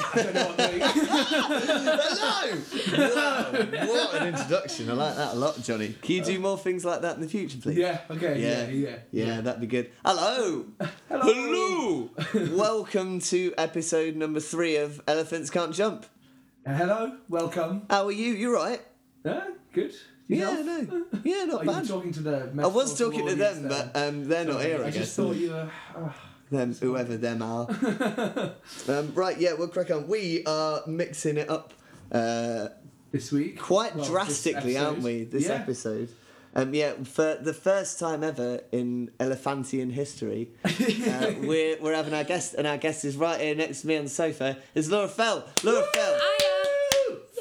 I don't know what I'm doing. Hello! Wow, what an introduction. I like that a lot, Johnny. Can you do more things like that in the future, please? yeah, okay, yeah, Yeah, yeah. yeah, that'd be good. Hello! Hello! Welcome to episode number three of Elephants Can't Jump. Uh, Hello, welcome. How are you? You're right. Uh, good. Yeah, Yourself? no. Yeah, Are not you bad. talking to the I was talking to them, but um, they're not here, I, I guess. just thought you were. Uh, them, whoever them are. um, right, yeah, we'll crack on. We are mixing it up uh, this week. quite Well, this drastically, aren't episode. we? This yeah. episode. Um, yeah, for the first time ever in Elephantian history, uh, we're, we're having our guest, and our guest is right here next to me on the sofa. It's Laura Fell. Laura Fell.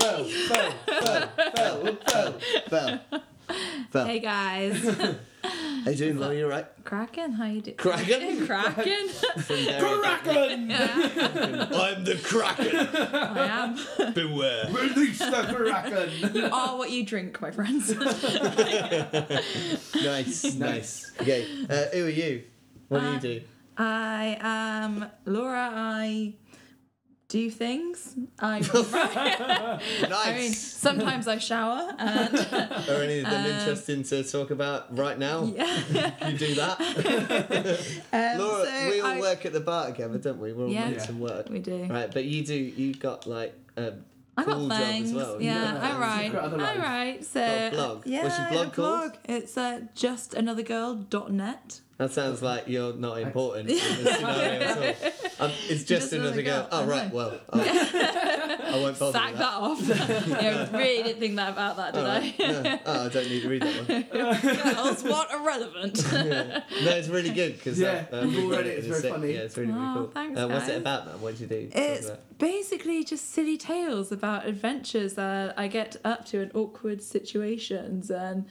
Fell, fell, fell, fell, fell. Fell. Fell. Hey Hey, guys, How you doing, Laura? You alright? Kraken, how you doing? Kraken? Kraken, Kraken! I'm the Kraken. I am. Beware. Release the Kraken! You are what you drink, my friends. Nice, nice. Okay, uh, who are you? What Uh, do you do? I am Laura. I do things. I, I mean, Nice. sometimes I shower, and Are any of them interesting to talk about right now? uh, yeah. You do that? Um, Laura, so we all I- work at the bar together, don't we? We're all Yeah. mates and work. We do. Right, but you do. You got like um, a I got cool job things. as well. You Yeah, got I write. You've got other I life. write. So Got a blog. yeah, What's your I have blog called? blog. It's uh, just net. That sounds like you're not important. in this scenario at all. Um, it's just, Just another another girl. girl. Oh I right, know. well, I, I won't bother. Sack with that off. yeah, really didn't think that about that, did All right, I? no. Oh, I don't need to read that one. Girls, what irrelevant. No, it's really good because Yeah, uh, we've we've all got read it it, in it's a very sec. funny. Yeah, it's really really Oh, cool. thanks, uh, what's it guys. about? Then? What do you do? It's Talk about- basically just silly tales about adventures that I get up to in awkward situations and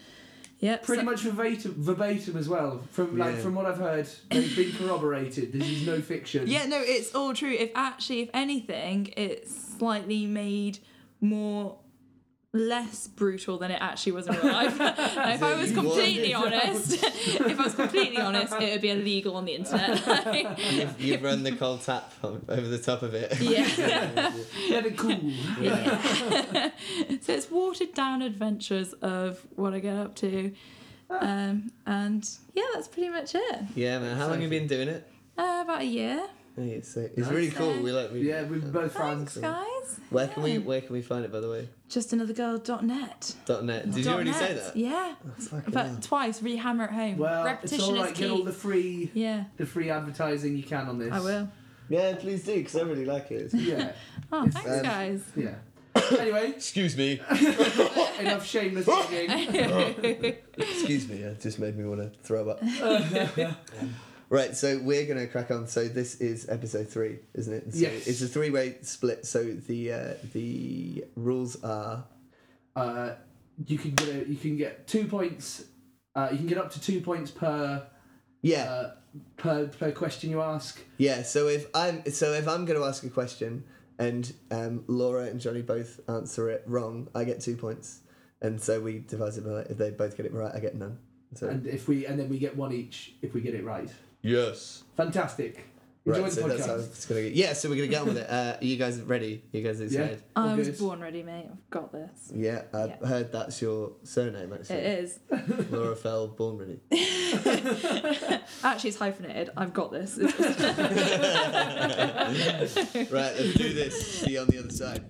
yep. Pretty so- much verbatim, verbatim as well. From like Yeah. from what I've heard, they've been corroborated. This is no fiction. Yeah, no, it's all true. If actually if anything, it's slightly made more less brutal than it actually was in real life. Like, if I was you completely want- honest if I was completely honest, it would be illegal on the internet. You've, you've run the cold tap on- over the top of it. yeah. Yeah, they're cool. So it's watered down adventures of what I get up to. Ah. Um, and yeah, that's pretty much it. Yeah, man. How long have you been doing it? Uh, about a year. Hey, It's, uh, it's really cool. We like. We, Yeah, with both Thanks, friends. guys. Where can we Yeah. Where can we find it? By the way, Justanothergirl.net. dot net. Did you Dot already net. say that? Yeah. fucking hell. But twice, really hammer it home. Well, Repetition it's all right. is key. Get all the free, Yeah, the free advertising you can on this. I will. Yeah, please do because I really like it. Yeah, Oh, thanks, um, guys. yeah. anyway, Excuse me. enough shameless Oh, plugging. Excuse me. It just made me want to throw up. right, so we're gonna crack on. So this is episode three, isn't it? So Yes. It's a three way split. So the uh, the rules are Uh, you can get a, you can get two points. Uh, you can get up to two points per yeah uh, per per question you ask. yeah. So if I'm so if I'm gonna ask a question and um, Laura and Johnny both answer it wrong, I get two points. And so we divide it by if they both get it right, I get none. So and if we and then we get one each if we get it right. yes. Fantastic. Enjoy the Right, so that's how podcast. it's gonna go. Yeah, so we're gonna get on with it. Uh, are you guys ready? you guys Yeah. excited? I all was good. born ready, mate. I've got this. Yeah, I Yeah. Uh, heard that's your surname actually. It is. Laura Fell Born Ready. Actually, it's hyphenated. I've got this. Right, let's do this. See you on the other side.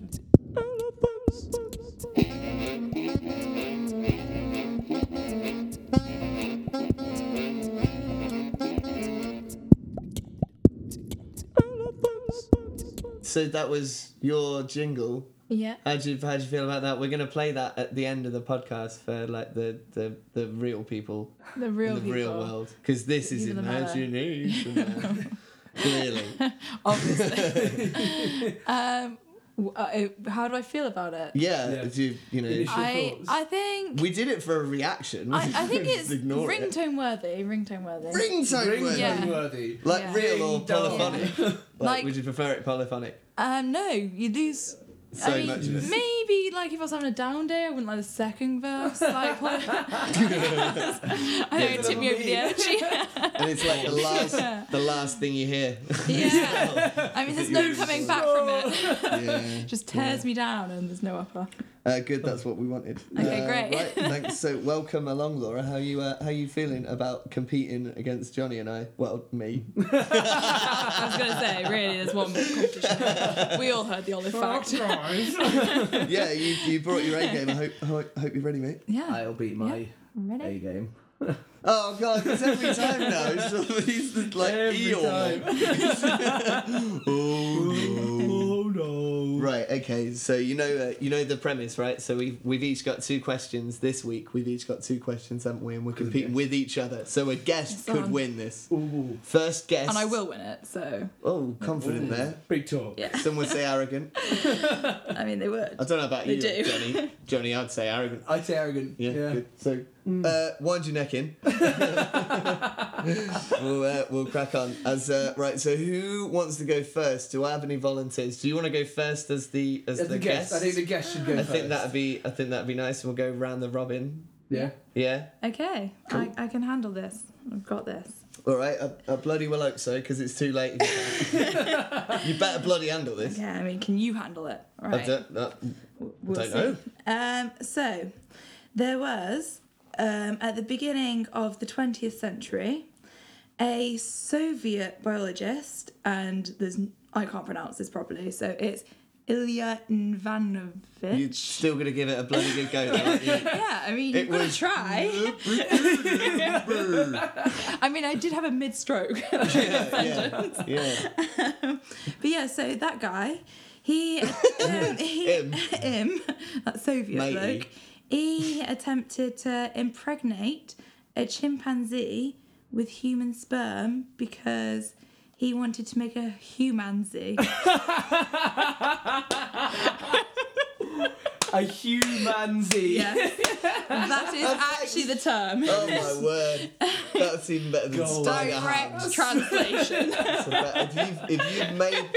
So that was your jingle. yeah. How do you how do you feel about that? We're gonna play that at the end of the podcast for like the the, the real people The real in the people. real world because this is People that matter. imagination. Clearly, Obviously. um, w- uh, how do I feel about it? yeah. Yeah. If you you know, Initial- I thoughts? I think we did it for a reaction. I, I think Just it's ignore it. ringtone worthy. Ringtone worthy. Ringtone Ring word. Yeah. worthy. Like Yeah. real or Ding dong. polyphonic? Like, Like- would you prefer it polyphonic? Um, no, you lose. So I mean, much of it. maybe maybe like if I was having a down day, I wouldn't like the second verse. Like, what- I know it tipped me over the edge. Yeah. and it's like the Yeah. last, the last thing you hear. Yeah. I mean, there's no coming back from it. yeah. Just tears me down, and there's no upper. Uh, good, that's what we wanted. Okay, Uh, great. Right, thanks. So, welcome along, Laura. How you uh, how you feeling about competing against Johnny and I? Well, me. I was gonna say, really, there's one competition. We all heard the olive fact. yeah, you, you brought your A game. I hope hope, hope you're ready, mate. Yeah, I'll beat my I'm A ready. game. Oh God, it's every time now. It's just, he's just like Every Eeyore. oh, no. no. Right. Okay. So you know uh, you know the premise, right? So we've we've each got two questions this week. We've each got two questions, haven't we? And we're competing guess. with each other. So a guest Yes, could on. win this. Ooh, First guest. And I will win it. So Oh, confident there. big talk. yeah, Some would say arrogant. I mean they would. I don't know about They you, do. Johnny. Johnny, I'd say arrogant. I'd say arrogant. Yeah. Good. So, Mm. uh, wind your neck in. we'll, uh, we'll crack on. As uh, right. So, who wants to go first? Do I have any volunteers? Do you want to go first as the as, As the, the guest, I think the guest should go I first. think that'd be I think that'd be nice. We'll go round the robin. yeah. Yeah. Okay, I, I can handle this. I've got this. All right. I, I bloody well hope so because it's too late. you better bloody handle this. Yeah, I mean, can you handle it? All I right. don't. Uh, We'll Don't know. see. Um, so, there was um, at the beginning of the 20th century a Soviet biologist, and there's I can't pronounce this properly, so it's Ilya Ivanovich. you're still gonna give it a bloody good go. though, aren't you? yeah, I mean, It you've got to was- try. I mean, I did have a mid stroke. yeah, yeah, yeah. But yeah, so that guy, he, um, he Him. him, that Soviet Matey. bloke, he attempted to impregnate a chimpanzee with human sperm because he wanted to make a humanzee. A humanzee. yes, that is actually the term. Oh my word, that's even better than Go Steiger Ham. Direct translation. That's about- If you've, if you've made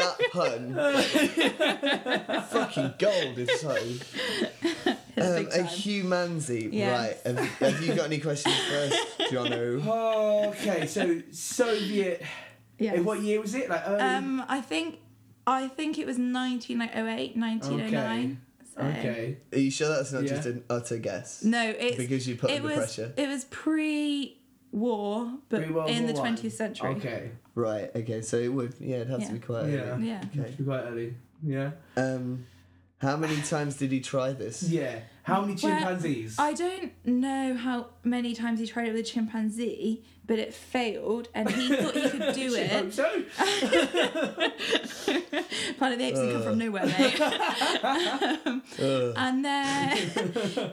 that pun, fucking gold is so. Um, big a time. humanzee, Yeah. right? Have, have you got any questions first, Jono? Oh, Okay, so Soviet. Yes. eh, What year was it? Like early. Um, I think, I think it was 1908, 1909. So. okay. Are you sure that's not Yeah. just an utter guess? No, it's Because you put it under was, pressure. It was pre-war, but Pre-World in the War One. twentieth century. Okay. Right. Okay. So it would. Yeah, it has to be Yeah. quite. Yeah. early. Yeah. Should be Quite early. Yeah. Um, how many times did he try this? Yeah. How many Well, chimpanzees? I don't know how many times he tried it with a chimpanzee, but it failed, and he thought he could do Should hope it. Um, so. Planet of the Apes didn't Uh. come from nowhere, mate. Um, Ugh. and then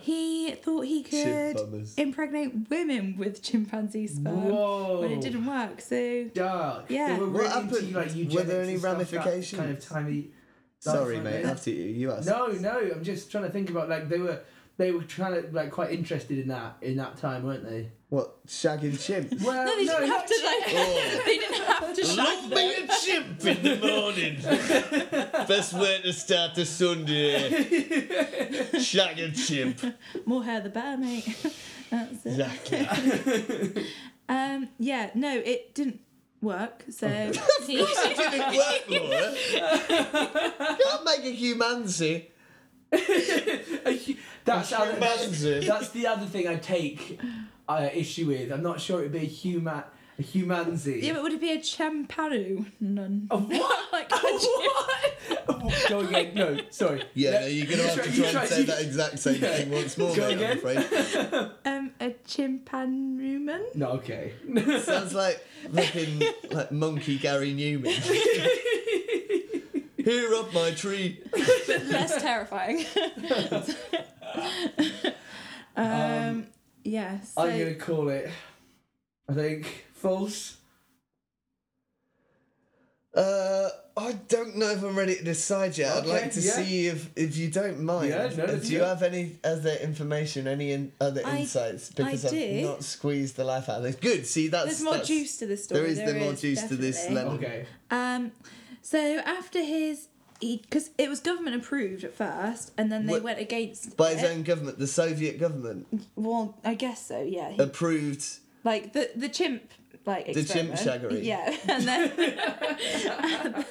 he thought he Shit could bummers. impregnate women with chimpanzee sperm, Whoa. but it didn't work. So Dark. Yeah. They were What really happened? Into, like, Were eugenics there any and stuff, that ramifications? Kind of tiny. Sorry, like mate. that. After you, you asked. No, no. I'm just trying to think about like they were they were trying to like quite interested in that in that time, weren't they? What shagging chimps? Well, no, they didn't have not to like. Oh. They didn't have to shag Love me a chimp in the morning. Best way to start the Sunday. Shag a chimp. More hair the better, mate. That's it. Exactly. Um, yeah, no, it didn't work. So he, Didn't work for it. Can't make a humancy. That's how Humancy. That's the other thing I take uh, issue with. I'm not sure it'd be a human a humanzee. yeah, but would it be a champaru? None. A what? Like, A what? Go again. No, sorry. Yeah, Let- no, you're gonna you have to you try and say you- that exact same Yeah. thing once more, Go mate, I'm again. afraid. Um, a chimpanruman. No, okay. Sounds like fucking like monkey Gary Newman. Here up my tree. but less terrifying. um, yeah. So, I'm gonna call it. I think false. Uh, I don't know if I'm ready to decide yet. I'd Okay, like to yeah. see if, if you don't mind. Yeah, no, uh, that's do you good. have any other information, any in, other I- insights? I Because do. have not squeezed the life out of this. Good. See, that's there's more that's- juice to this story. There is the more juice to this definitely. lemon. Okay. Um, so Um, after his because it was government approved at first, and then they What- went against By his it. own government, the Soviet government Well, I guess so. Yeah, He- approved. like the the chimp like The chimp experiment. shaggery. Yeah, and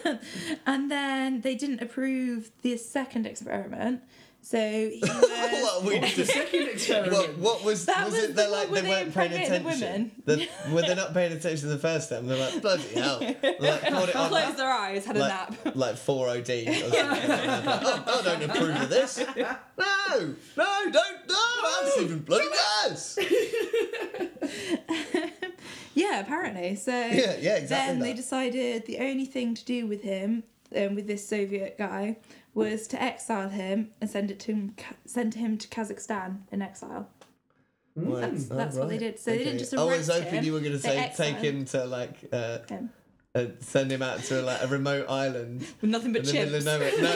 then and then they didn't approve the second experiment, so he was. What, we The second what, experiment. what was That was, was it? the They like one they where they weren't paying impregnated the attention. The, were they not paying attention the first time? They're like bloody hell. Like called it on Closed their eyes, had a like, nap. like four OD. Or something. oh, I don't approve of this. No, no, don't, no, that's even bloody worse. Yeah, apparently. So Yeah, yeah, exactly. then they that. decided the only thing to do with him, um, with this Soviet guy, was to exile him and send it to him, send him to Kazakhstan in exile. Right, that's- oh, that's what they right, did. So they didn't okay. just I was arrest hoping him, you were going to they say take exiled him to like uh, Him. uh, send him out to like a remote island With nothing but in the middle chimps. of nowhere. No,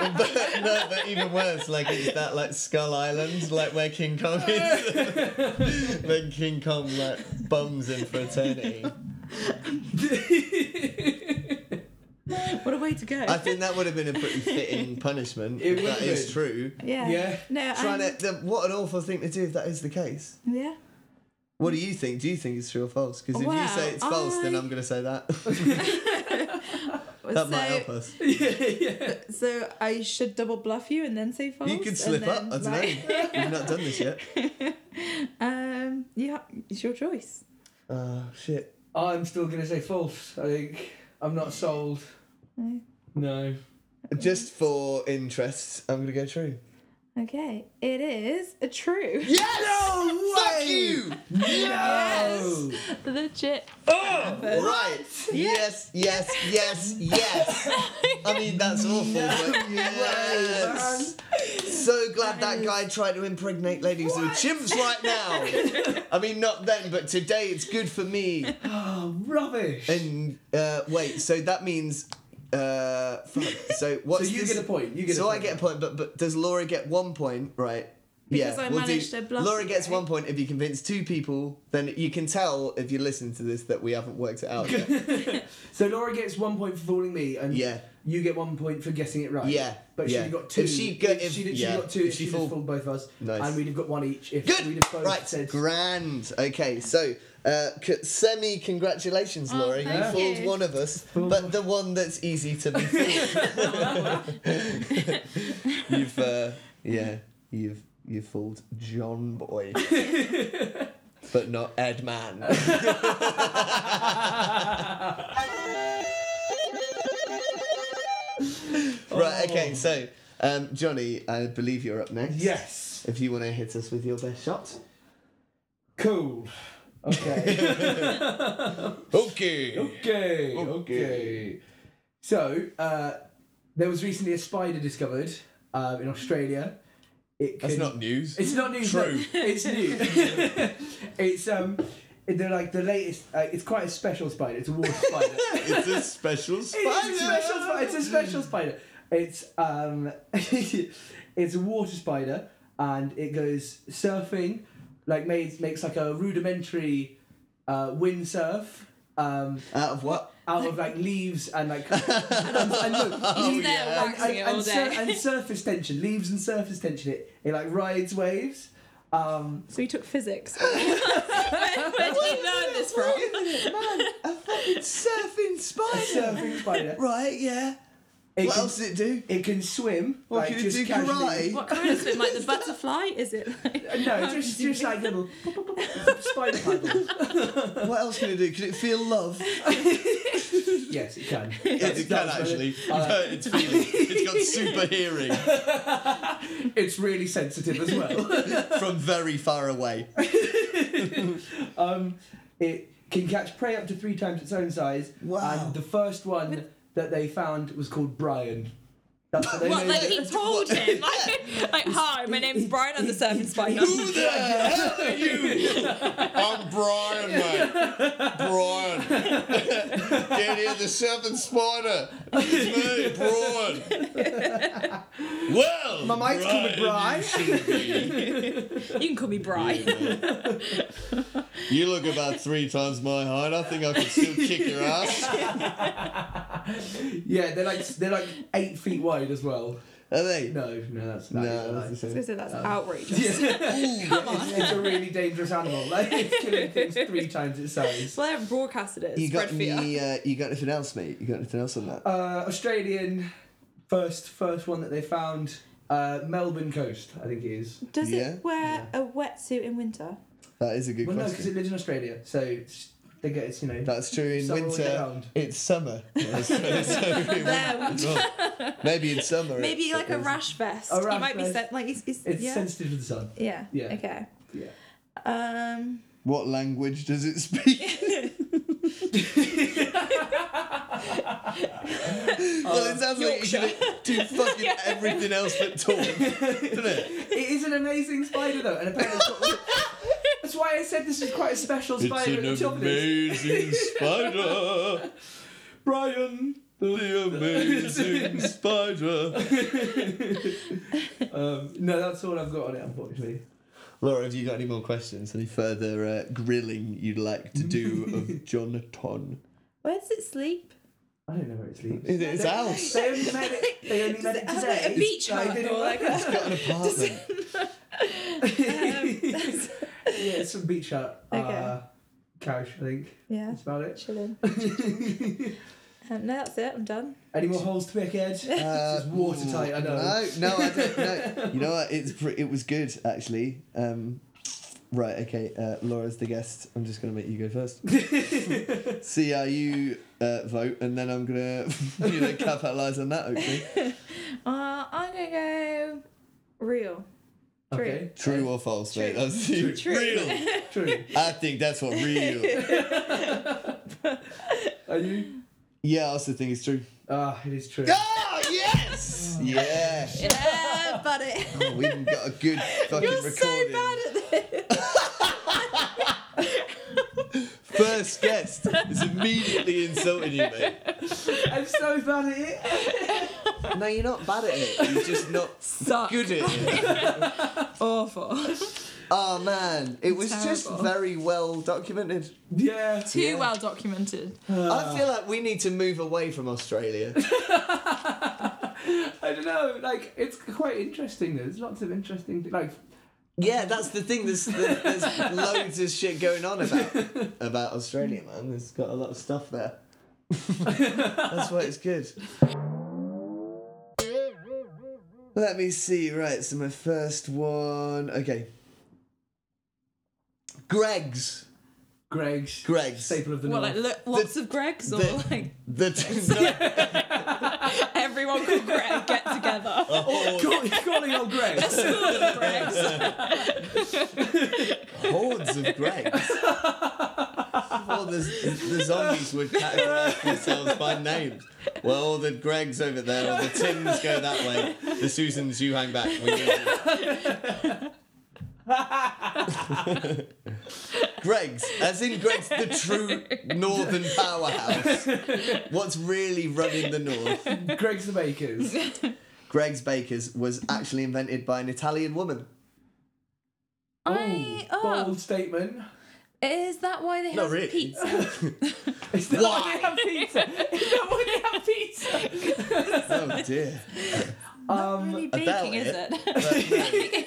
and- but, no, but even worse, like it's that like Skull Island, like where King Kong is. when King Kong like bums in for eternity. What a way to go. I think that would have been a pretty fitting punishment. It if would that have is been. true. yeah. Yeah. No, Trying I'm- to, the, what an awful thing to do if that is the case. Yeah. What do you think? Do you think it's true or false? Because if you Well, say it's false, then I- I'm going to say that. that so, might help us. So I should double bluff you and then say false. You could and slip up. I then, don't like- know. You've not done this yet. Um. Yeah. It's your choice. Oh shit. I'm still going to say false. I think I'm not sold. No. No. Just for interest, I'm gonna go true. Okay. It is a true. Yes! No Fuck way! you! No. Legit. Right. Yes, yes, yes, yes. I mean that's awful, but yes. So glad that guy tried to impregnate ladies who are chimps right now. I mean not then, but today it's good for me. Oh, rubbish. And uh, wait, so that means uh, fuck. so so what's you this? get a point. You get so a I point. get a point, but but does Laura get one point, right? Because I managed to bluff Laura you, gets right? one point if you convince two people. Then you can tell if you listen to this that we haven't worked it out. Yet. So Laura gets one point for fooling me, and Yeah. you get one point for guessing it right. Yeah, But yeah. she got two. If she go- if- she, did- she yeah, got two, if if, she she, fooled- just fooled both of us, Nice. and we'd have got one each if we'd Good. have both Right. said. Grand. Okay. So, uh, c- semi congratulations, Oh, Laura. You thank fooled you. one of us, but the one that's easy to be fooled. you've, uh, yeah, you've you've fooled John Boy, but not Ed Man. Right. Oh. Okay. So, um, Johnny, I believe you're up next. Yes. If you want to hit us with your best shot. Cool. Okay. Okay. okay. Okay. So uh, there was recently a spider discovered um, in Australia. It That's can- not news. It's not news. True. no. It's new. it's um. They're like the latest. Uh, it's quite a special spider. It's a water spider. It's a special It's a special spider. It's a special spider. It's um, it's a water spider, and it goes surfing, like makes makes like a rudimentary uh, windsurf um, Out of what? out of like leaves and like and, and look, He's there yeah. waxing it all and, sur- day. and surface tension, leaves and surface tension. It it like rides waves. Um, so he took physics. Where did you learn this from? a fucking surfing a spider. surfing spider. Right, yeah. It What can, else does it do? it can swim. What, like, can it just do casually. karate? What kind of swim? Like the butterfly? Is it? Like, Uh, No, how just did you just like little spider paddles. What else can it do? Can it feel love? Yes, it can. Yes, That's- that's what it- uh, it's feeling. It's got super hearing it's really sensitive as well. from very far away. um, it can catch prey up to three times its own size. Wow. And the first one that they found was called Brian. That's what they What, named like it. he told him, like, like, hi, my name's Brian, I'm the surfing spider. Who the hell are you? I'm Brian, mate. Brian. Get here, the seventh spider. It's very broad. well, My mate's called me Brian, you should be. You can call me Brian. You look about three times my height. I think I could still kick your ass. Yeah, they're like they're like eight feet wide as well. Are they? No, no, that's No, not. that's the I was same. gonna say, that's outrageous. it's, it's a really dangerous animal. Like it's killing things three times its size. So I haven't broadcasted it. You spread got fear. any? Uh, you got anything else, mate? You got anything else on that? Uh, Australian first first one that they found. Uh, Melbourne coast, I think it is. Does Yeah. it wear a wetsuit in winter? That is a good Well, no, because question. it lives in Australia, so it's, they get it's you know. That's true. In Summer all year winter, round. it's summer. So it wouldn't There. be wrong. Maybe in summer. Maybe it's- like a it's- rash vest. A it rash might be vest. set like it's, it's, it's yeah. sensitive to the sun. yeah. Yeah. Okay. Yeah. Um. What language does it speak? well, it sounds like you do fucking everything else but talk, doesn't it? It is an amazing spider though, and apparently it's got- that's why I said this is quite a special spider at the top of this. amazing spider. Brian. The amazing spider. Um, no, that's all I've got on it, unfortunately. Laura, have you got any more questions? Any further uh, grilling you'd like to do of Jonathan? Where does it sleep? I don't know where it sleeps. It's his house. They only made it. They only made it Has it got today. a beach Like, hut they or don't- like a, Got an apartment. yeah, it's some beach hut. Uh, Okay. couch, I think. yeah. That's about it. Chilling. um, no, that's it. I'm done. Any more holes to pick, Ed? Uh, It's watertight, I know. No, no, I don't. No. You know what? It's pre- it was good actually. Um, right, okay. Uh, Laura's the guest. I'm just gonna make you go first. See how you uh, vote, and then I'm gonna you know capitalise on that. Hopefully, Uh, I'm gonna go real. True. Okay. true or false, mate. True. That's you. True. real. True. I think that's what real. Are you? Yeah, I also think it's true. Ah, it is true. Oh yes, yeah. Yeah, buddy. Oh, we even got a good fucking You're so recording. bad at this. First guest is immediately insulting you, mate. I'm so bad at it. No, you're not bad at it. You're just not Suck. good at it. Awful. Oh man, it was just Terrible. very well documented. Yeah. Too well documented. I feel like we need to move away from Australia. I don't know. Like, it's quite interesting. There's lots of interesting. Like, yeah, that's the thing. There's, there's there's loads of shit going on about about Australia, man. There's got a lot of stuff there. that's why it's good. Let me see. Right, so my first one. Okay. Greg's. Greg's Greg's. staple of the Well, like north. look, lots of Greg's or the- like The everyone called Greg get together. Oh. Call- calling old Greg. Greg's. hordes of Gregs. Well, the, the zombies would categorise themselves by name. Well, the Gregs over there, or the Tims go that way. The Susans, you hang back. We go- Greg's, as in Greg's, the true northern powerhouse. What's really running the north? Greg's the Bakers. Greg's Bakers was actually invented by an Italian woman. I Ooh, oh, bold statement. is that why they Not have really. pizza? Is that why they have pizza? Is that why they have pizza? Oh dear. Not Um, really Um, doubt baking, is it. it?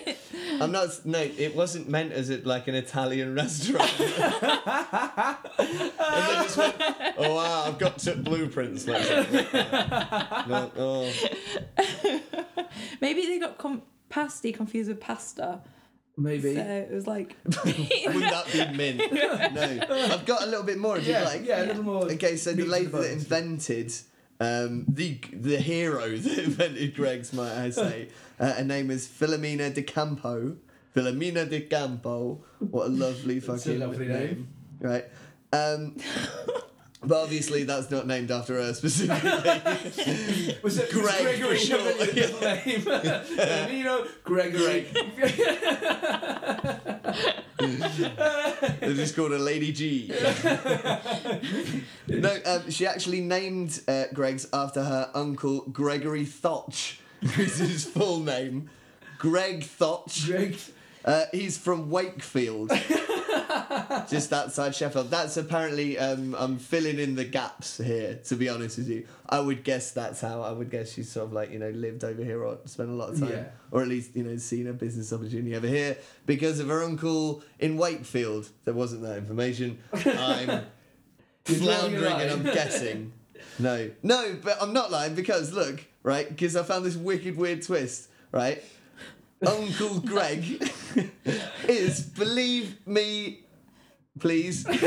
But no, I'm not. No, it wasn't meant as it like an Italian restaurant. and they just went, oh wow, I've got to blueprints. Like, no, oh. Maybe they got com- pasty confused with pasta, Maybe. so it was like Would that be mint? No, I've got a little bit more if yeah, you'd like. yeah, a little more. Okay, so the meat to lady that bones. invented um, the the hero that invented Greg's, might I say, uh, her name is Filomena de Campo. Filomena de Campo. What a lovely fucking a lovely name. right? Um, but obviously, that's not named after her specifically. Was it was Greg, for Gregory sure. Shelley's middle name? you know, Gregory. They're just called a Lady G. no, um, she actually named uh, Greg's after her uncle Gregory Thotch, who's his full name. Greg Thotch. Greg. Uh, he's from Wakefield, just outside Sheffield. That's apparently, um, I'm filling in the gaps here, to be honest with you. I would guess that's how, I would guess she's sort of like, you know, lived over here or spent a lot of time, Yeah. or at least, you know, seen a business opportunity over here because of her uncle in Wakefield. There wasn't that information. I'm You're drawing a floundering and I'm line. guessing. No, no, but I'm not lying because look, right? Because I found this wicked weird twist, right? Uncle Greg is, believe me, please. believe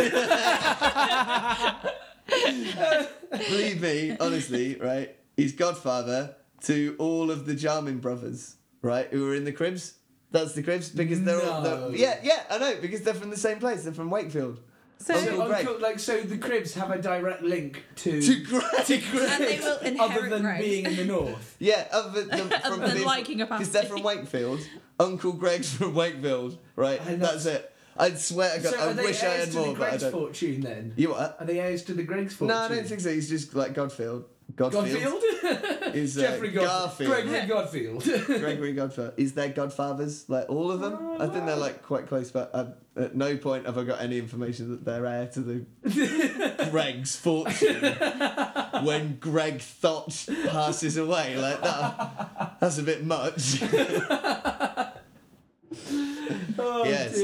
me, honestly, right? He's godfather to all of the Jarman brothers, right? Who are in the cribs. That's the cribs because they're all. No. they're- yeah, yeah, I know because they're from the same place. They're from Wakefield. So, So, Uncle Greg. uncle, like, so the Cribs have a direct link to, To Greg. and they will other inherit than Greg. being in the north. Yeah, other than, the, from than liking a Because they're from family. Wakefield. Uncle Greg's from Wakefield, right? I know. That's it. I swear to God, So are I they wish I heirs had to the more, but I Greg's don't. fortune then? You what? Are they heirs to the Greg's fortune? No, I don't think so. He's just like Godfield. Godfield Godfield? is uh, Jeffrey Godfield. Garfield. Gregory Godfield. Gregory Godfather. Is their godfathers? Like all of them? Oh, I think they're like quite close, but i at no point have I got any information that they're heir to the Greg's fortune when Greg Thotch passes away. Like that. That's a bit much. Oh, yeah, so.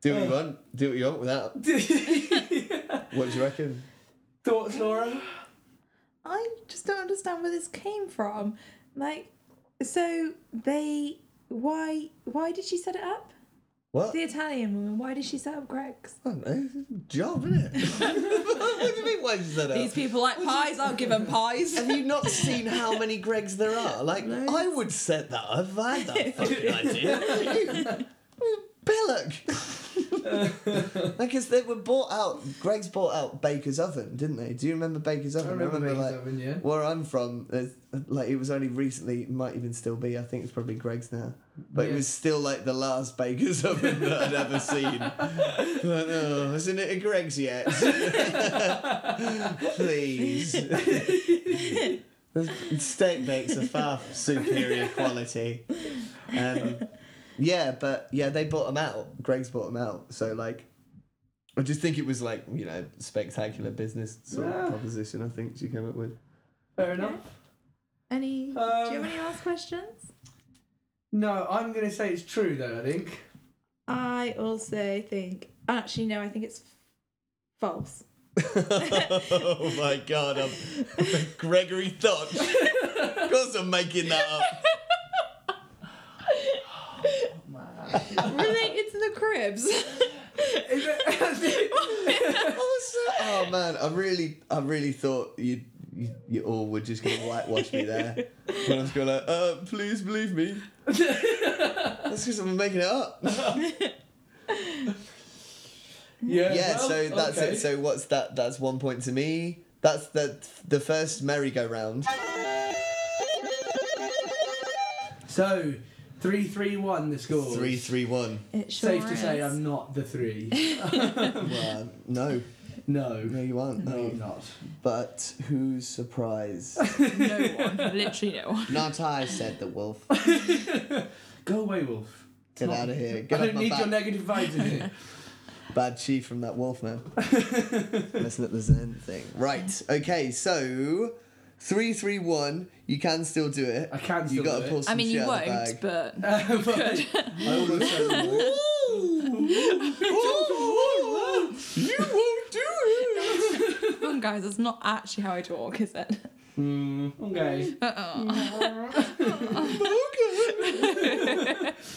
dear. Oh. Do what you want. Do what you want with that. What do you reckon? Thoughts, Laura? I just don't understand where this came from. Like, so they why why did she set it up? What? The Italian woman. Why did she set up Greg's? I don't know. It's a Job, isn't it? what do you mean? Why did you say that? These people like pies. I'll give them pies. Have you not seen how many Gregs there are? Like, I would set that up if I had that fucking idea. You- Billock! Because they were bought out, Greg's bought out Baker's Oven, didn't they? Do you remember Baker's Oven? remember Baker's like, Oven, yeah. Where I'm from, there's- like, it was only recently, it might even still be, I think it's probably Greg's now. But it Yeah. was still like the last Baker's Oven that I'd ever seen. Like, oh, isn't it a Greg's yet? Please. The steak bakes are far superior quality. Um, yeah, but yeah, they bought them out. Greg's bought them out. So like, I just think it was like you know spectacular business sort Yeah. of proposition. I think she came up with. Fair enough. Any do you Um, have any last questions? No, I'm going to say it's true though, I think. I also think actually no, I think it's false. oh my god, I'm Gregory Thot. of course, I'm making that up. Related to the cribs. Is it- What was that? Oh man, I really, I really thought you, you, you all were just gonna whitewash me there. When I was going like, uh, please believe me. That's because I'm making it up. yeah, yeah, well, so that's okay. it. So what's that? That's one point to me. That's the the first merry-go-round. So, 3 3 1 the score. Three, three, one. it sure Safe to say is. I'm not the three. Well, no, no, No. you aren't. No, No. I'm not. But whose surprise? no one. Literally no one. Not I said the wolf. Go away, Wolf. Get not- out of here. Get I off don't my need back. your negative vibes in here. Bad chief from that wolf man. Let's not listen to anything. Right. Okay. So three three one. You can still do it. I can you still gotta do it. pull some I mean, shit you out of won't, the bag. but Uh, but- I almost said the wolf. You won't do it. come on, guys, that's not actually how I talk, is it? Uh-uh. Mm, okay. I think it's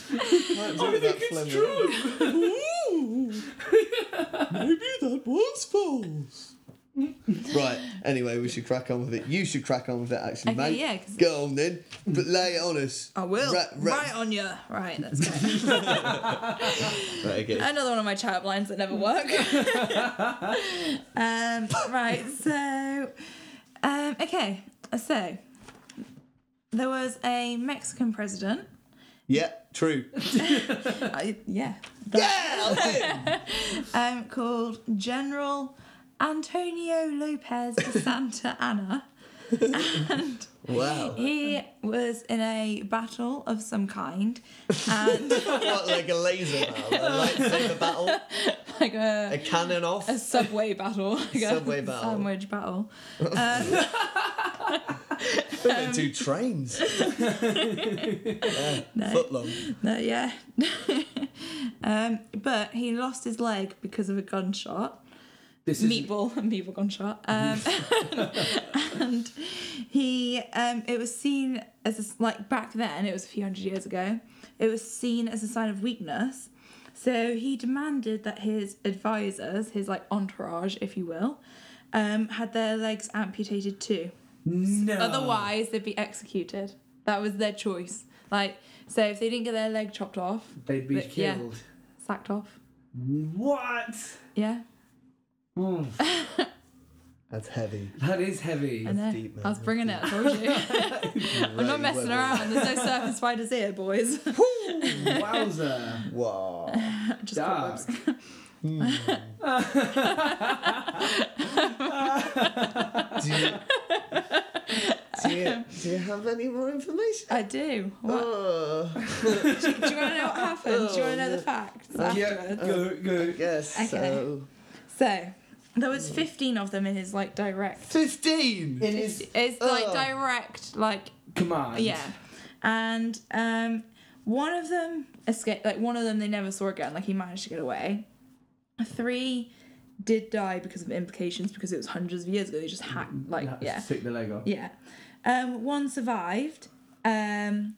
true. Maybe that was false. right. Anyway, we should crack on with it. You should crack on with it, actually, Okay, mate. yeah, 'cause- Go on then. But lay it on us. I will. Ra- ra- Right on you. Right, that's good. Right, okay. Another one of my chat lines that never work. Um, right, so, um, okay, so there was a Mexican president. Yeah. True. I, yeah, Yeah, I'll do it. um, called General Antonio Lopez de Santa Anna. And Wow. he was in a battle of some kind. And What, like a laser battle? A lightsaber battle? like a, A cannon off? a subway battle. Like a Subway battle. sandwich battle. um, Two trains. yeah, Footlong. No, yeah. um, but he lost his leg because of a gunshot. This is Meatball, meatball gunshot. Um, and he um it was seen as a, s- like back then it was a few hundred years ago it was seen as a sign of weakness so he demanded that his advisors his like entourage if you will um had their legs amputated too no. Otherwise, they'd be executed. That was their choice. Like, so if they didn't get their leg chopped off, they'd be but- yeah. killed. sacked off. What? Yeah, Oh, That's heavy. that is heavy. I know. deep, man. I was bringing it. I told you. I'm not messing around. There's no surfing spiders here, boys. Wowzer. Wow. Hmm. Just cobwebs. Dark. Do you, do, you, do you have any more information? I do. What? Oh, Do you want to know what happened? Do you want to know the facts Oh, Yeah, afterwards? go, go. yes. Okay. So. So there was 15 of them in his like direct 15! In his oh. it's like Ugh. direct, like command. yeah. and um one of them escaped like one of them they never saw again like he managed to get away three did die because of implications because it was hundreds of years ago they just hacked like Mm, That's yeah Stick the leg off. Yeah. Um, one survived. Um,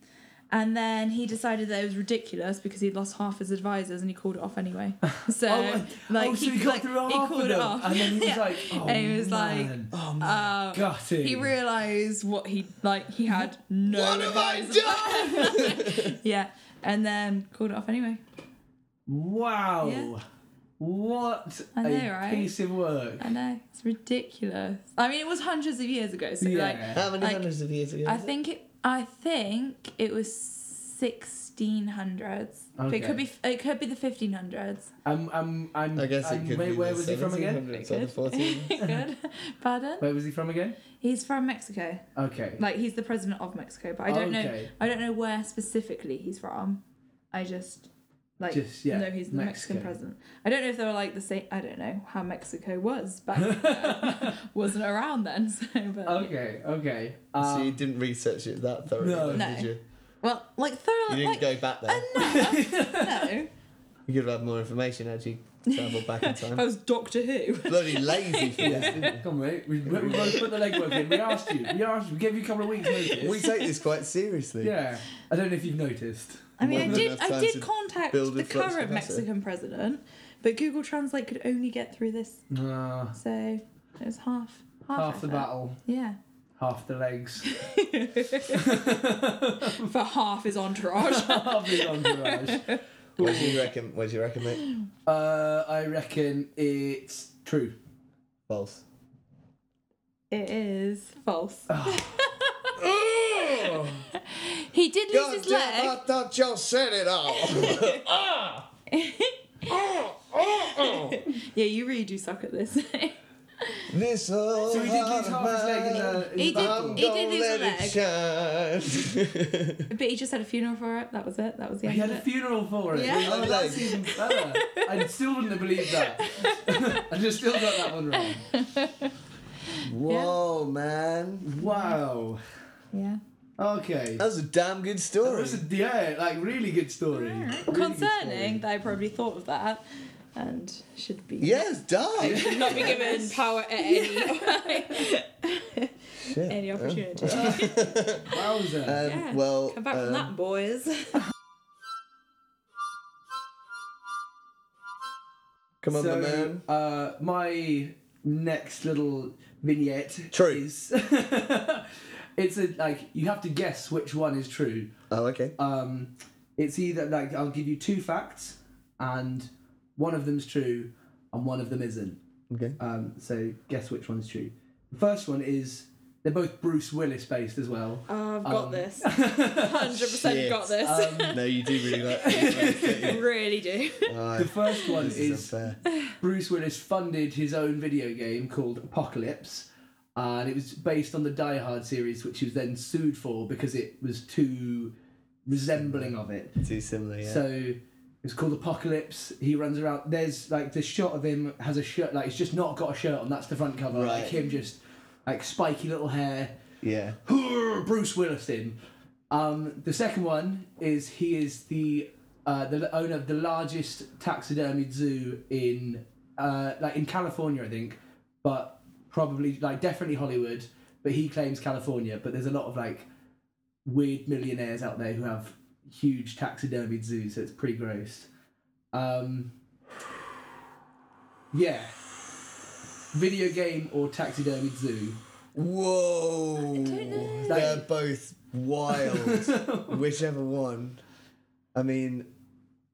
and then he decided that it was ridiculous because he'd lost half his advisors and he called it off anyway. So, Oh, like, oh, so he, got like, through half he of called it them, off. and then he was Yeah. like, "Oh And he was like, man, Oh, my Uh, got it." he realized what he like. He had no. What have I advisor. done? yeah. And then called it off anyway. wow, Yeah. what I a know, right? piece of work. I know. It's ridiculous. I mean, it was hundreds of years ago. So, like, Yeah. How many Like, hundreds of years ago? I is it? think it, I think it was 1600s. But It could Okay. be, it could be the 1500s. I'm, I'm, I'm. I guess I'm, it could wait, be. where the was he from again? 1700s or the 14. Good. Pardon? Where was he from again? He's from Mexico. Okay. Like he's the president of Mexico, but I don't know. Okay. I don't know where specifically he's from. I just like Just, yeah, know he's the Mexican Mexico. president. I don't know if they were like the same. I don't know how Mexico was back. then. Wasn't around then, so but okay. Okay. so you Um, didn't research it that thoroughly, No. then, No. did you? well, like You thoroughly, didn't like go back there. no. You could have had more information had you travelled back in I time. was Doctor Who. Bloody lazy for this, didn't Come on, mate. We, we, we both put the legwork in. We asked you. We asked. We gave you a couple of weeks notice. we? We take this quite seriously. yeah. I don't know if you've noticed. I mean, Wasn't I did. enough I time did to contact build the a flux current capacitor. Mexican president, but Google Translate could only get through this, Uh, so it was half. Half, half the effort. battle, Yeah. half the legs, for half his entourage. half the entourage. What do you reckon? What do you reckon, mate? Uh, I reckon it's true. False. It is false. Ah. Oh, He did lose God his damn, leg. I thought y'all said it all. ah. Yeah, you really do suck at this. this old so he did lose half his leg in the, in He the did- battle. I'm he gonna lose let a it shine. but he just had a funeral for it. That was it. That was the He end had of a it. funeral for it. Yeah. Oh, that's even better. I still wouldn't have believed that. I just still got that one wrong. Whoa, man. Wow. Yeah. Okay. That was a damn good That story. was a, yeah, like really good story. Really good story. Concerning that I probably thought of that and should be Yes, dark. Should not be given power at any Shit. any opportunity. Wowzer. Um, Yeah. Well, Come back um, from that, boys. come on, so, my man. Uh, my next little vignette True. is it's a like you have to guess which one is true. Oh, okay. Um, it's either like I'll give you two facts, and one of them's true, and one of them isn't. Okay. Um, so guess which one's true. The first one is they're both Bruce Willis based as well. Oh, I've got Um, this. 100% got Shit. this. Uh, No, you do really like that. really do. The first one This is is unfair. Bruce Willis funded his own video game called Apocalypse, and it was based on the Die Hard series, which he was then sued for because it was too resembling of it. Too similar, yeah. So it's called Apocalypse. He runs around. There's like the shot of him has a shirt, like he's just not got a shirt on. That's the front cover. Like Right. him just like spiky little hair. yeah. Bruce Willis in. Um, the second one is he is the uh, the owner of the largest taxidermied zoo in uh, like in California, I think, but probably like definitely Hollywood. But he claims California. But there's a lot of like weird millionaires out there who have huge taxidermied zoos, so it's pretty gross. Um, yeah, video game or taxidermied zoo. Whoa. They're both wild. Whichever one. I mean,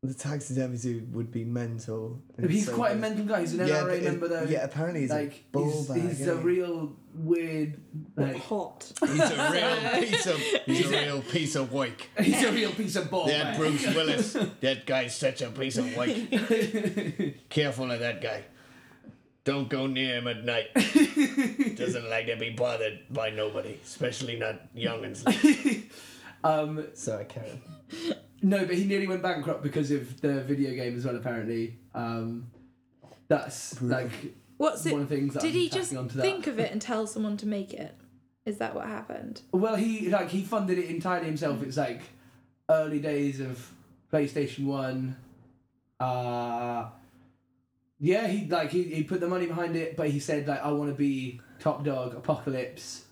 the taxidermy zoo would be mental. He's So quite a good. mental guy. He's an Yeah, NRA but it- member though. yeah, apparently he's a like ball he's, bag, he's a isn't he? real weird. Like, Hot. He's a real piece of. He's a real piece of wake. he's a real piece of ball That bag. Bruce Willis. That guy's such a piece of wake. Careful of that guy. Don't go near him at night. Doesn't like to be bothered by nobody, especially not youngins. Um, Sorry, Karen. no, but he nearly went bankrupt because of the video game as well. Apparently, um, that's like What's it? one of the things that Did I'm he tacking just onto that. think of it and tell someone to make it? Is that what happened? well, he like he funded it entirely himself. It's like early days of PlayStation One. Uh, yeah, he like he, he put the money behind it, but he said like I want to be top dog, apocalypse,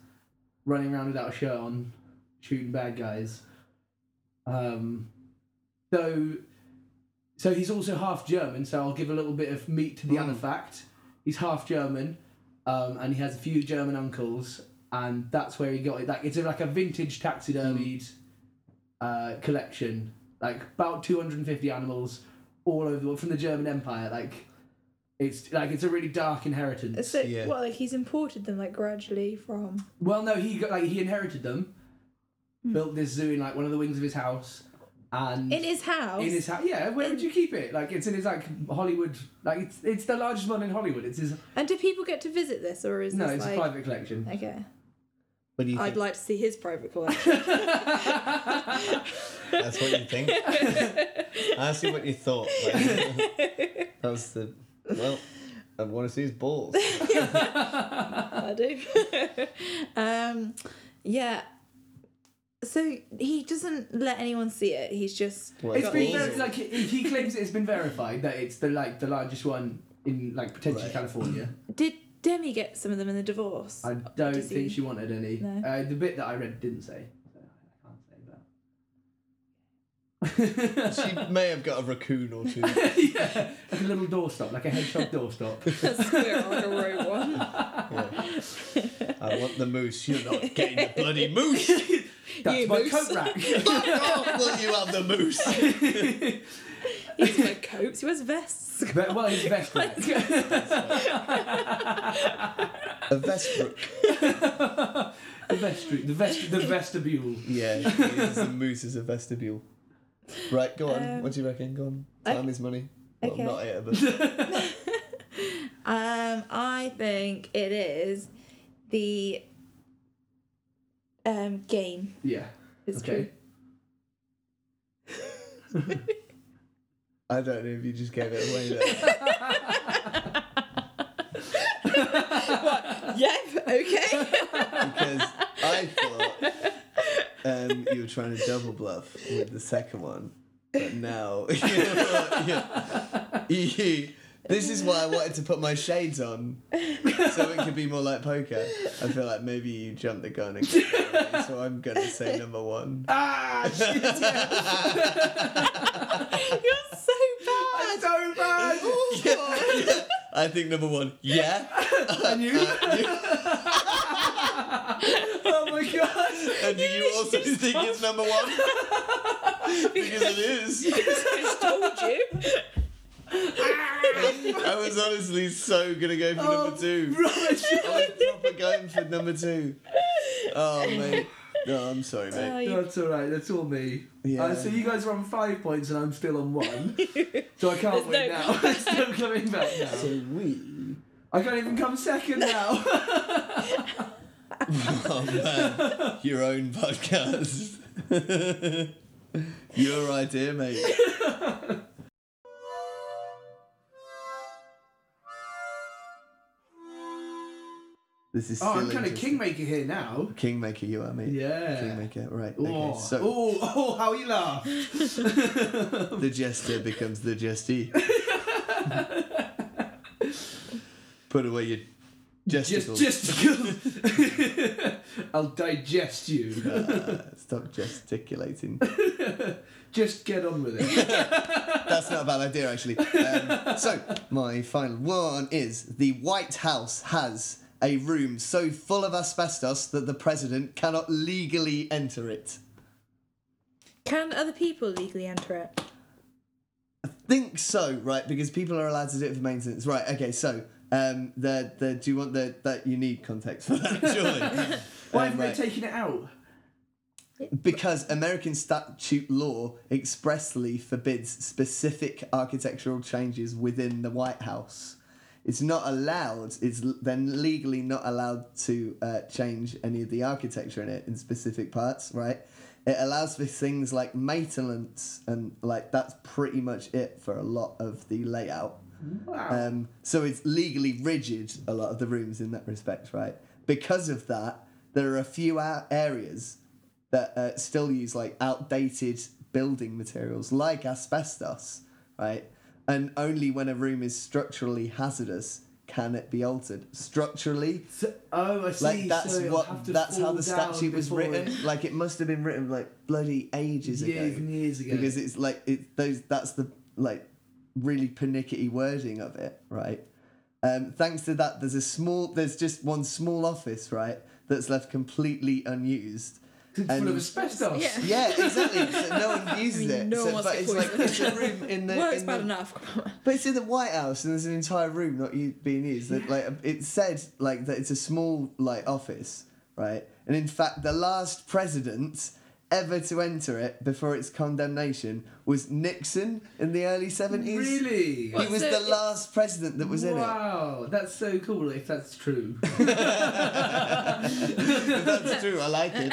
running around without a shirt on, shooting bad guys. Um, so so he's also half German. So I'll give a little bit of meat to the other fact. He's half German, um, and he has a few German uncles, and that's where he got it. Like it's like a vintage taxidermied uh, collection, like about 250 animals all over the world from the German Empire. Like it's like it's a really dark inheritance. So, Yeah. what, like he's imported them like gradually from. Well, no, he got like he inherited them, built this zoo in like one of the wings of his house, and Hmm. In his house? Mm. in his house. Yeah, where would you keep it? Like it's in his like Hollywood. Like it's it's the largest one in Hollywood. It's his. and do people get to visit this or is No, this it's like. a private collection. Okay. What do you I'd think? like to see his private collection. That's what you think. I asked you what you thought. but- that was the well. I want to see his balls. I do. um, yeah. So he doesn't let anyone see it. He's just. Well, It's got been all- ver- like he, he claims it's been verified that it's the like the largest one in like potentially Right. California. Did Demi get some of them in the divorce? I don't Does he- think she wanted any. No. Uh, the bit that I read didn't say. so I can't say that. She may have got a raccoon or two. yeah, like a little doorstop, like a hedgehog doorstop. A squirrel and a rogue one. Yeah. I want the moose. You're not getting the bloody moose. That's You my moose. coat rack. Fuck off! Will you have the moose? He's wears coats. He wears vests. Ve- well, his vest rack. A Vesbrook. the vestry, the vest, the vestibule. Yeah, it is. the moose is a vestibule. Right, go on. what do you reckon? Go on. Time is money. Well, okay. not it, but Um, I think it is the um game. Yeah. It's okay. true. I don't know if you just gave it away there. Yep. Okay. Because I thought um, you were trying to double bluff with the second one, but now. you- this is why I wanted to put my shades on so it could be more like poker. I feel like maybe you jumped the gun again, so I'm gonna say number one. Ah, shit, yeah. You're so bad. That's so bad. I think number one, yeah. And you? oh my god. And do you also think it's number one? because it is. I told you. I was honestly so gonna go for number two. Rubbish. I was proper going for number two. Oh mate. No, I'm sorry, mate. Uh, Oh, you- That's all right. That's all me. Yeah. Uh, so you guys are on five points and I'm still on one. so I can't There's win no now. There's no coming back So now. we. I can't even come second now. Oh man, your own podcast. Your idea, mate. this is. oh, still I'm kind of interesting. kingmaker here now. Kingmaker, you are, mate. Yeah. Kingmaker, right. Oh, Okay, so oh, oh, how you laugh. the jester becomes the jestee. Put away your Just, gesticles. just. I'll digest you. Ah, stop gesticulating. Just get on with it. That's not a bad idea, actually. Um, so, my final one is the White House has a room so full of asbestos that the president cannot legally enter it. Can other people legally enter it? Think so, right? Because people are allowed to do it for maintenance, right? Okay, so um, the the do you want the that you need context for that? Surely, Why Um, have right. they taken it out? because American statute law expressly forbids specific architectural changes within the White House. It's not allowed. It's l- then legally not allowed to uh, change any of the architecture in it in specific parts, right? It allows for things like maintenance and like that's pretty much it for a lot of the layout. Wow. Um, so it's legally rigid, a lot of the rooms in that respect, right? Because of that, there are a few a- areas that uh, still use like outdated building materials like asbestos, right? And only when a room is structurally hazardous can it be altered. Structurally, So- oh, I see. like that's so it'll have what to that's how fall the down statute was before written. it- Like it must have been written like bloody ages Years ago and years ago. because it's like it those that's the like really pernickety wording of it right um, thanks to that there's a small there's just one small office right that's left completely unused It's full of asbestos. Yeah. yeah exactly so no one uses mean, it no one so, wants but to it's like it's a room in the, Works in bad the enough. Come on. but it's in the White House, and there's an entire room not u- being used. That like um, it said like that it's a small like office, right? And in fact, the last president ever to enter it before its condemnation was Nixon in the early seventies. Really? He was So the it- last president that was Wow, that's so cool if that's true. in it. That's true. I like it.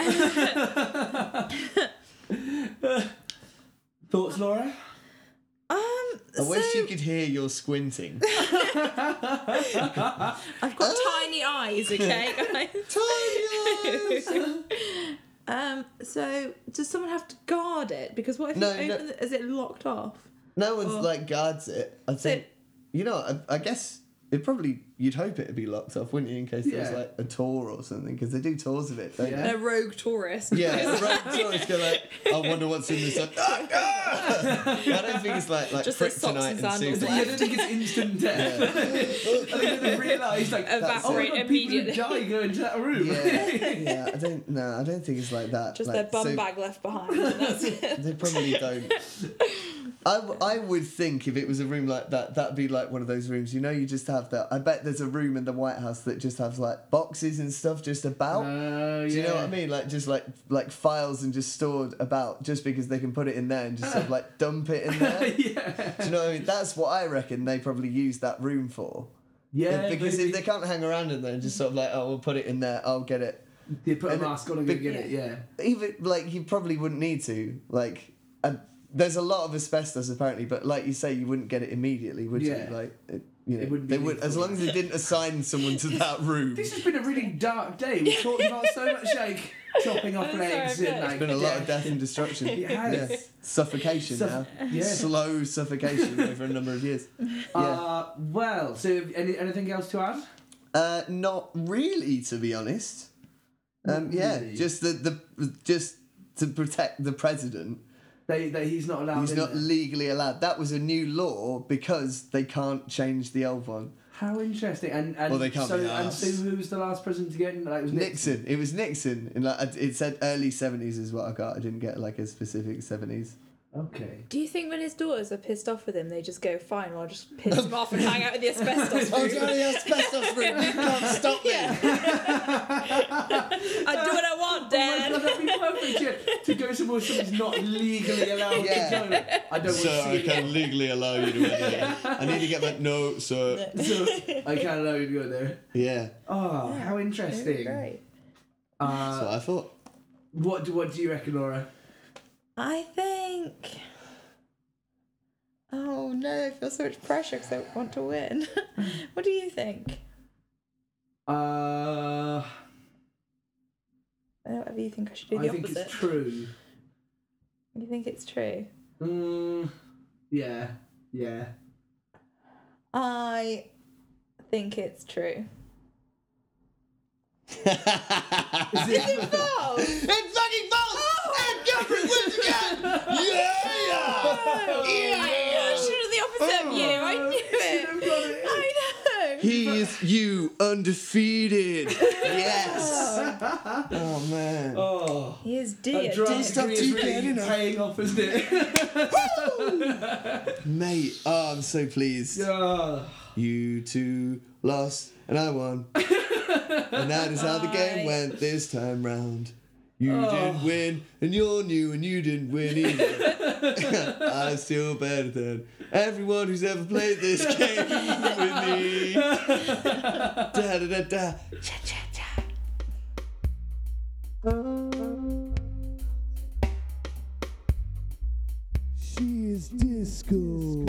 Thoughts, Laura? Um, I wish so you could hear your squinting. I've got Ah! tiny eyes, okay, guys. Tiny eyes. um, so does someone have to guard it? Because what if No, you no. open the, is it locked off? No one's Oh. Or- like guards it. I think you know. I, I guess it probably you'd hope it'd be locked off, wouldn't you? In case there was Yeah. like a tour or something, because they do tours of it, don't Yeah. they? A rogue tourist. Yeah, right. So it's kinda like, I wonder what's in this. like, "Ah, ah!" I don't think it's like like Just their socks kryptonite and and sandals Susan. left. I don't think it's instant death. I think they realise, like, Evaporate oh my God, people who immediately. die go into that room. Yeah, yeah. I don't. No, I don't think it's like that. Just like, their bum so- bag left behind. and That's it. They probably don't. I, w- I would think if it was a room like that, that'd be like one of those rooms. You know, you just have that. I bet there's a room in the White House that just has like boxes and stuff just about. Oh, Do you know what I yeah. mean? Like just like like files and just stored about, just because they can put it in there and just sort of like dump it in there. Uh, yeah. Do you know what I mean? That's what I reckon they probably use that room for. Yeah, because maybe. if they can't hang around in there, just sort of like, oh, we'll put it in there. I'll get it. They put a And it- mask on and go but- get it, yeah. even like you probably wouldn't need to like uh, there's a lot of asbestos apparently but like you say you wouldn't get it immediately would Yeah. you like it, you know, It wouldn't they be would as lethal. long as they didn't assign someone to that room This has been a really dark day. We've talked about so much, like, chopping off I'm sorry, legs I've and, got- like, It's been a lot of death and destruction It has. Yeah. suffocation Suff- now yeah. slow suffocation over a number of years yeah Uh, well, so have- any, anything else to add? uh, not really to be honest um, Not yeah really. just the, the just to protect the president They, that he's not allowed he's in not there. legally allowed that was a new law because they can't change the old one How interesting. And, and Well, they can't so, be and arsed. so who was the last president to get in? Like, it was Nixon. Nixon. It was Nixon. In like it said early seventies is what I got. I didn't get like a specific seventies. Okay. Do you think when his daughters are pissed off with him, they just go, fine, well, I'll just piss him off and hang out with the asbestos room. the asbestos room. You can't stop me. I do what I want, Oh my Dad. God, that'd be perfect chip to go somewhere something's not legally allowed Yeah. to go. I don't So want I to see it. can legally allow you to edit. I need to get that. No, so So I can't allow you to go there. yeah. Oh, how interesting. Great. Uh, That's what I thought. What do what do you reckon, Laura? I think. Oh no, I feel so much pressure because I want to win. what do you think? Uh, Uh, Whatever you think, I should do I the think opposite. it's true. You think it's true? Mm, yeah, yeah. I think it's true. Is it, Oh, It's fucking false! Oh! And Gilbert wins again! Yeah! I should have the opposite of you. Oh. I knew You it. don't got it. I know. He's you undefeated! yes! Oh man. Oh, he is that dear. drug Don't stop degree is deep in, really you know. paying off, isn't it? Mate, oh, I'm so pleased. yeah. You two lost and I won. and that is how the game went this time round. You didn't win, and you're new, and you didn't win either. I feel better than everyone who's ever played this game with me. da da da da. Cha cha cha. She is disco.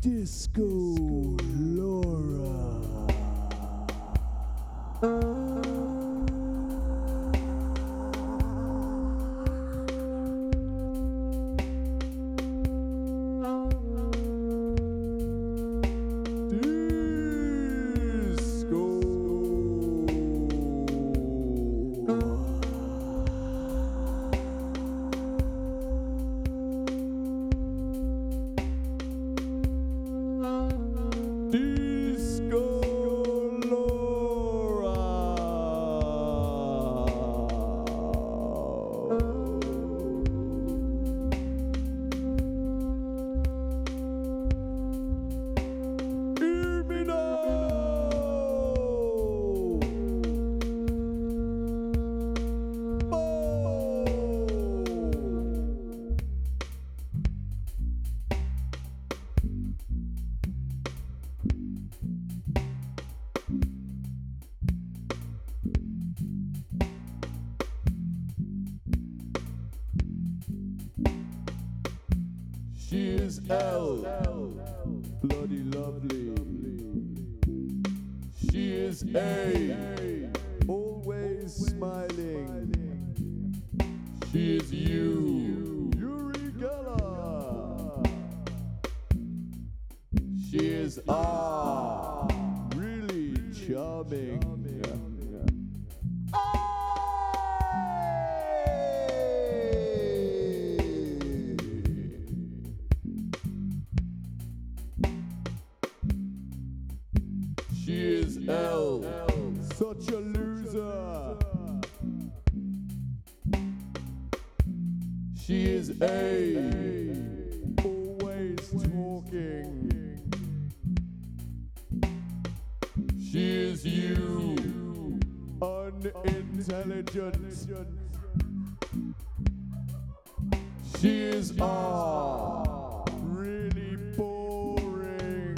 Disco Laura. She is L. Bloody lovely. She is A. Always smiling. She is you. Yuri Geller. She is R. Really charming. She is L. Such a loser. She is A. Always talking. She is you. Unintelligent. She is R. Really boring.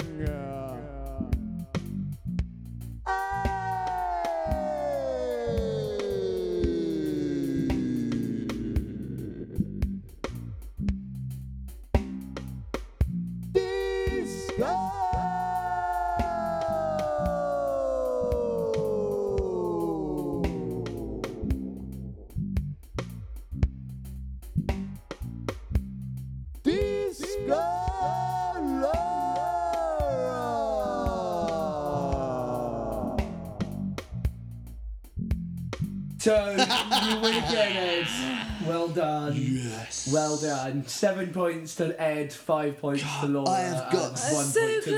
So you win again, Ed. Well done. Yes. Well done. Seven points to Ed, five points to Laura. I have got and one So point to me.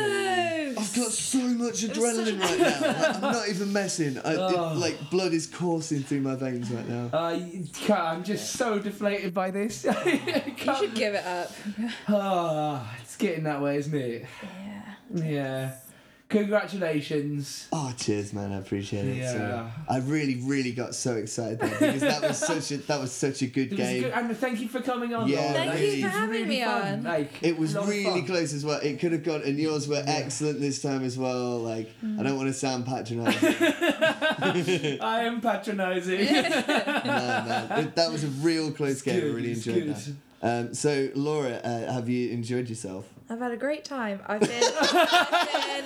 close. I've got so much adrenaline right now. Like, I'm not even messing. I, Oh. it, like blood is coursing through my veins right now. Uh, you can't- I'm just so deflated by this. You should give it up. Ah, it's getting that way, isn't it? Yeah. Yeah. Congratulations. Oh, cheers, man. I appreciate it. so- Yeah. I really, really got so excited there because that was such a that was such a good It was game. good, and thank you for coming on. Yeah, Laura. Thank Like, you it for was having really me fun. on. Like, It was lot of really fun. close as well. It could have gone, and yours were excellent this time as well. Like I Mm. don't want to sound patronising. I am patronising. no, no, It- that was a real close game. I good, really it's enjoyed good. that. Um, so Laura, uh, have you enjoyed yourself? I've had a great time. I've been, I've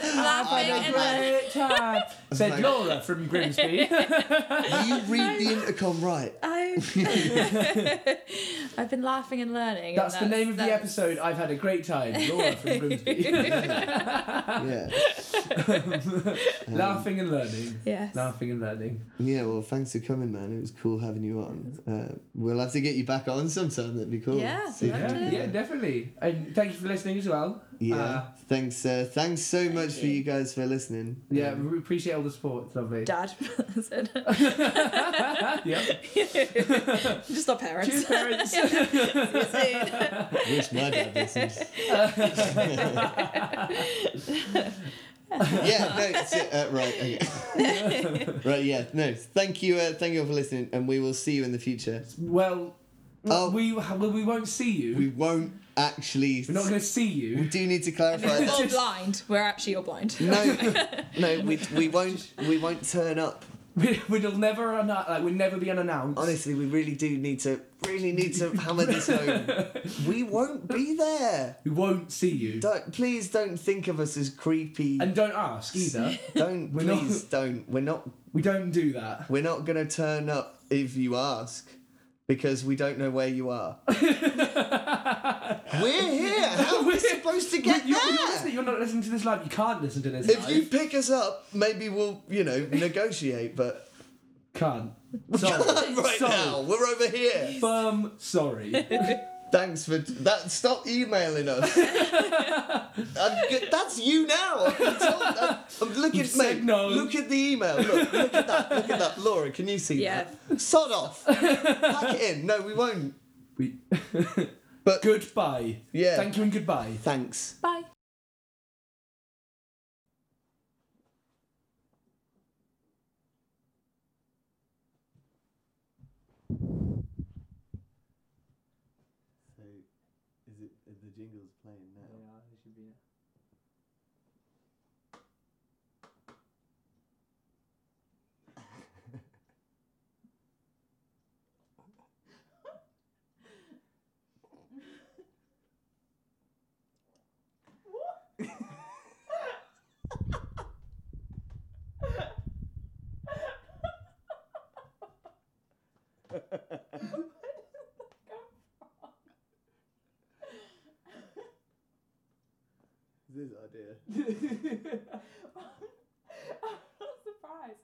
been laughing and then Great time. Said Laura from Grimsby. You read the intercom right. I've, I've been laughing and learning. and That's the name of the that's- episode. I've had a great time. Laura from Grimsby. Yeah, Um, Laughing and learning. Yes. Laughing and learning. yeah. Well, thanks for coming, man. It was cool having you on. Uh, we'll have to get you back on sometime. That'd be cool. Yeah, See if you love Yeah, can- to. yeah, definitely. And thank you for listening as well. Yeah. Uh, thanks. Uh, thanks so much for you. you guys for listening. yeah, Um, we appreciate all the support. It's lovely. Dad. I said. yeah. Just our parents. Cheers, parents. wish my dad listens. yeah. No. it's, uh, right. Okay. right. Yeah. No. Thank you. Uh, thank you all for listening, and we will see you in the future. well, Oh. we well, we won't see you. We won't actually. We're not going to see We you. do need to clarify We're that. all blind. We're actually all blind. No, no, we, we won't we won't turn up. We, we'll never un- like we'll never be unannounced. Honestly, we really do need to really need to hammer this home. We won't be there. We won't see you. Don't, please don't think of us as creepy. And don't ask either. Don't We're not- please don't. We're not we don't do that. we're not gonna turn up if you ask because we don't know where you are. we're here. How are we supposed to get You, you there? listen, you're not listening to this live. You can't listen to this If live. you pick us up, maybe we'll you know negotiate. But can't. Sorry. right Sorry. now we're over here. Firm sorry. Thanks for that. Stop emailing us. I'm g- that's you now. I've been told- I'm, I'm looking, You've said mate. no. Look at the email. Look, look at that. Look at that. Laura, can you see Yeah. that? Sod off. Pack it in. No, we won't. we... But- goodbye. Yeah. Thank you and goodbye. Thanks. Bye. So, is it the jingle's playing now? This idea. Surprise.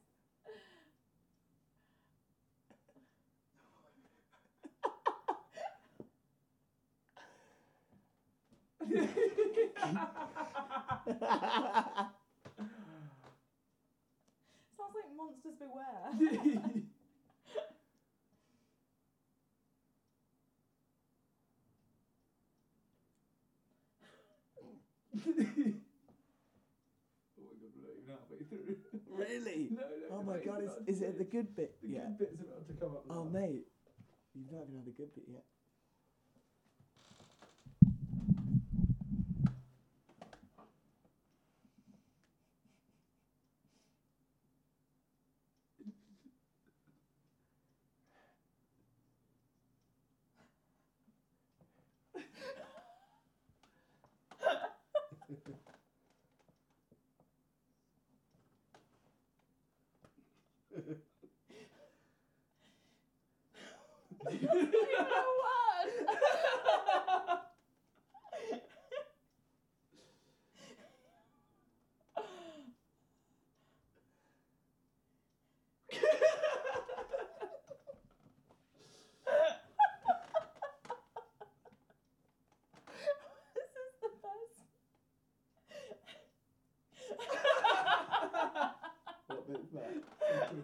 Sounds like monsters beware. Really? oh my god, is, is it the good bit yet? bit's about to come up. Oh mate, you've not even had the good bit yet.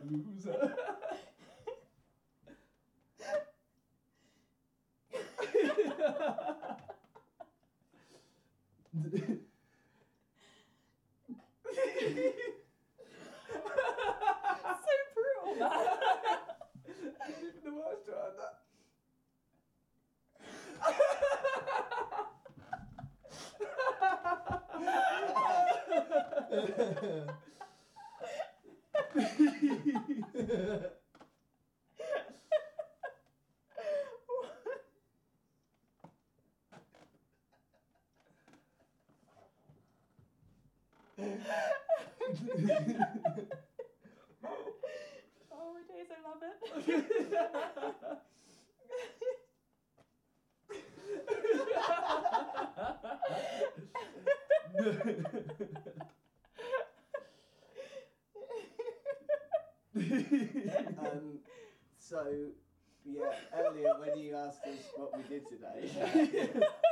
Loser. Oh my days, I love it. Um, so, yeah, earlier when you asked us what we did today,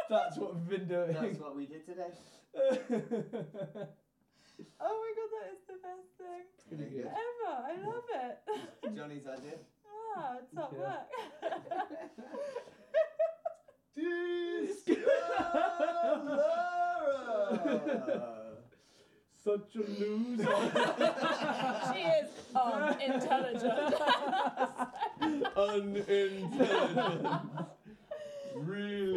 That's what we've been doing. that's what we did today. Oh my god, that is the best thing Pretty good. ever. I love it. Johnny's idea. Ah, it's not Yeah. work. Discoverer! Such a loser. she is um, unintelligent. Unintelligent. really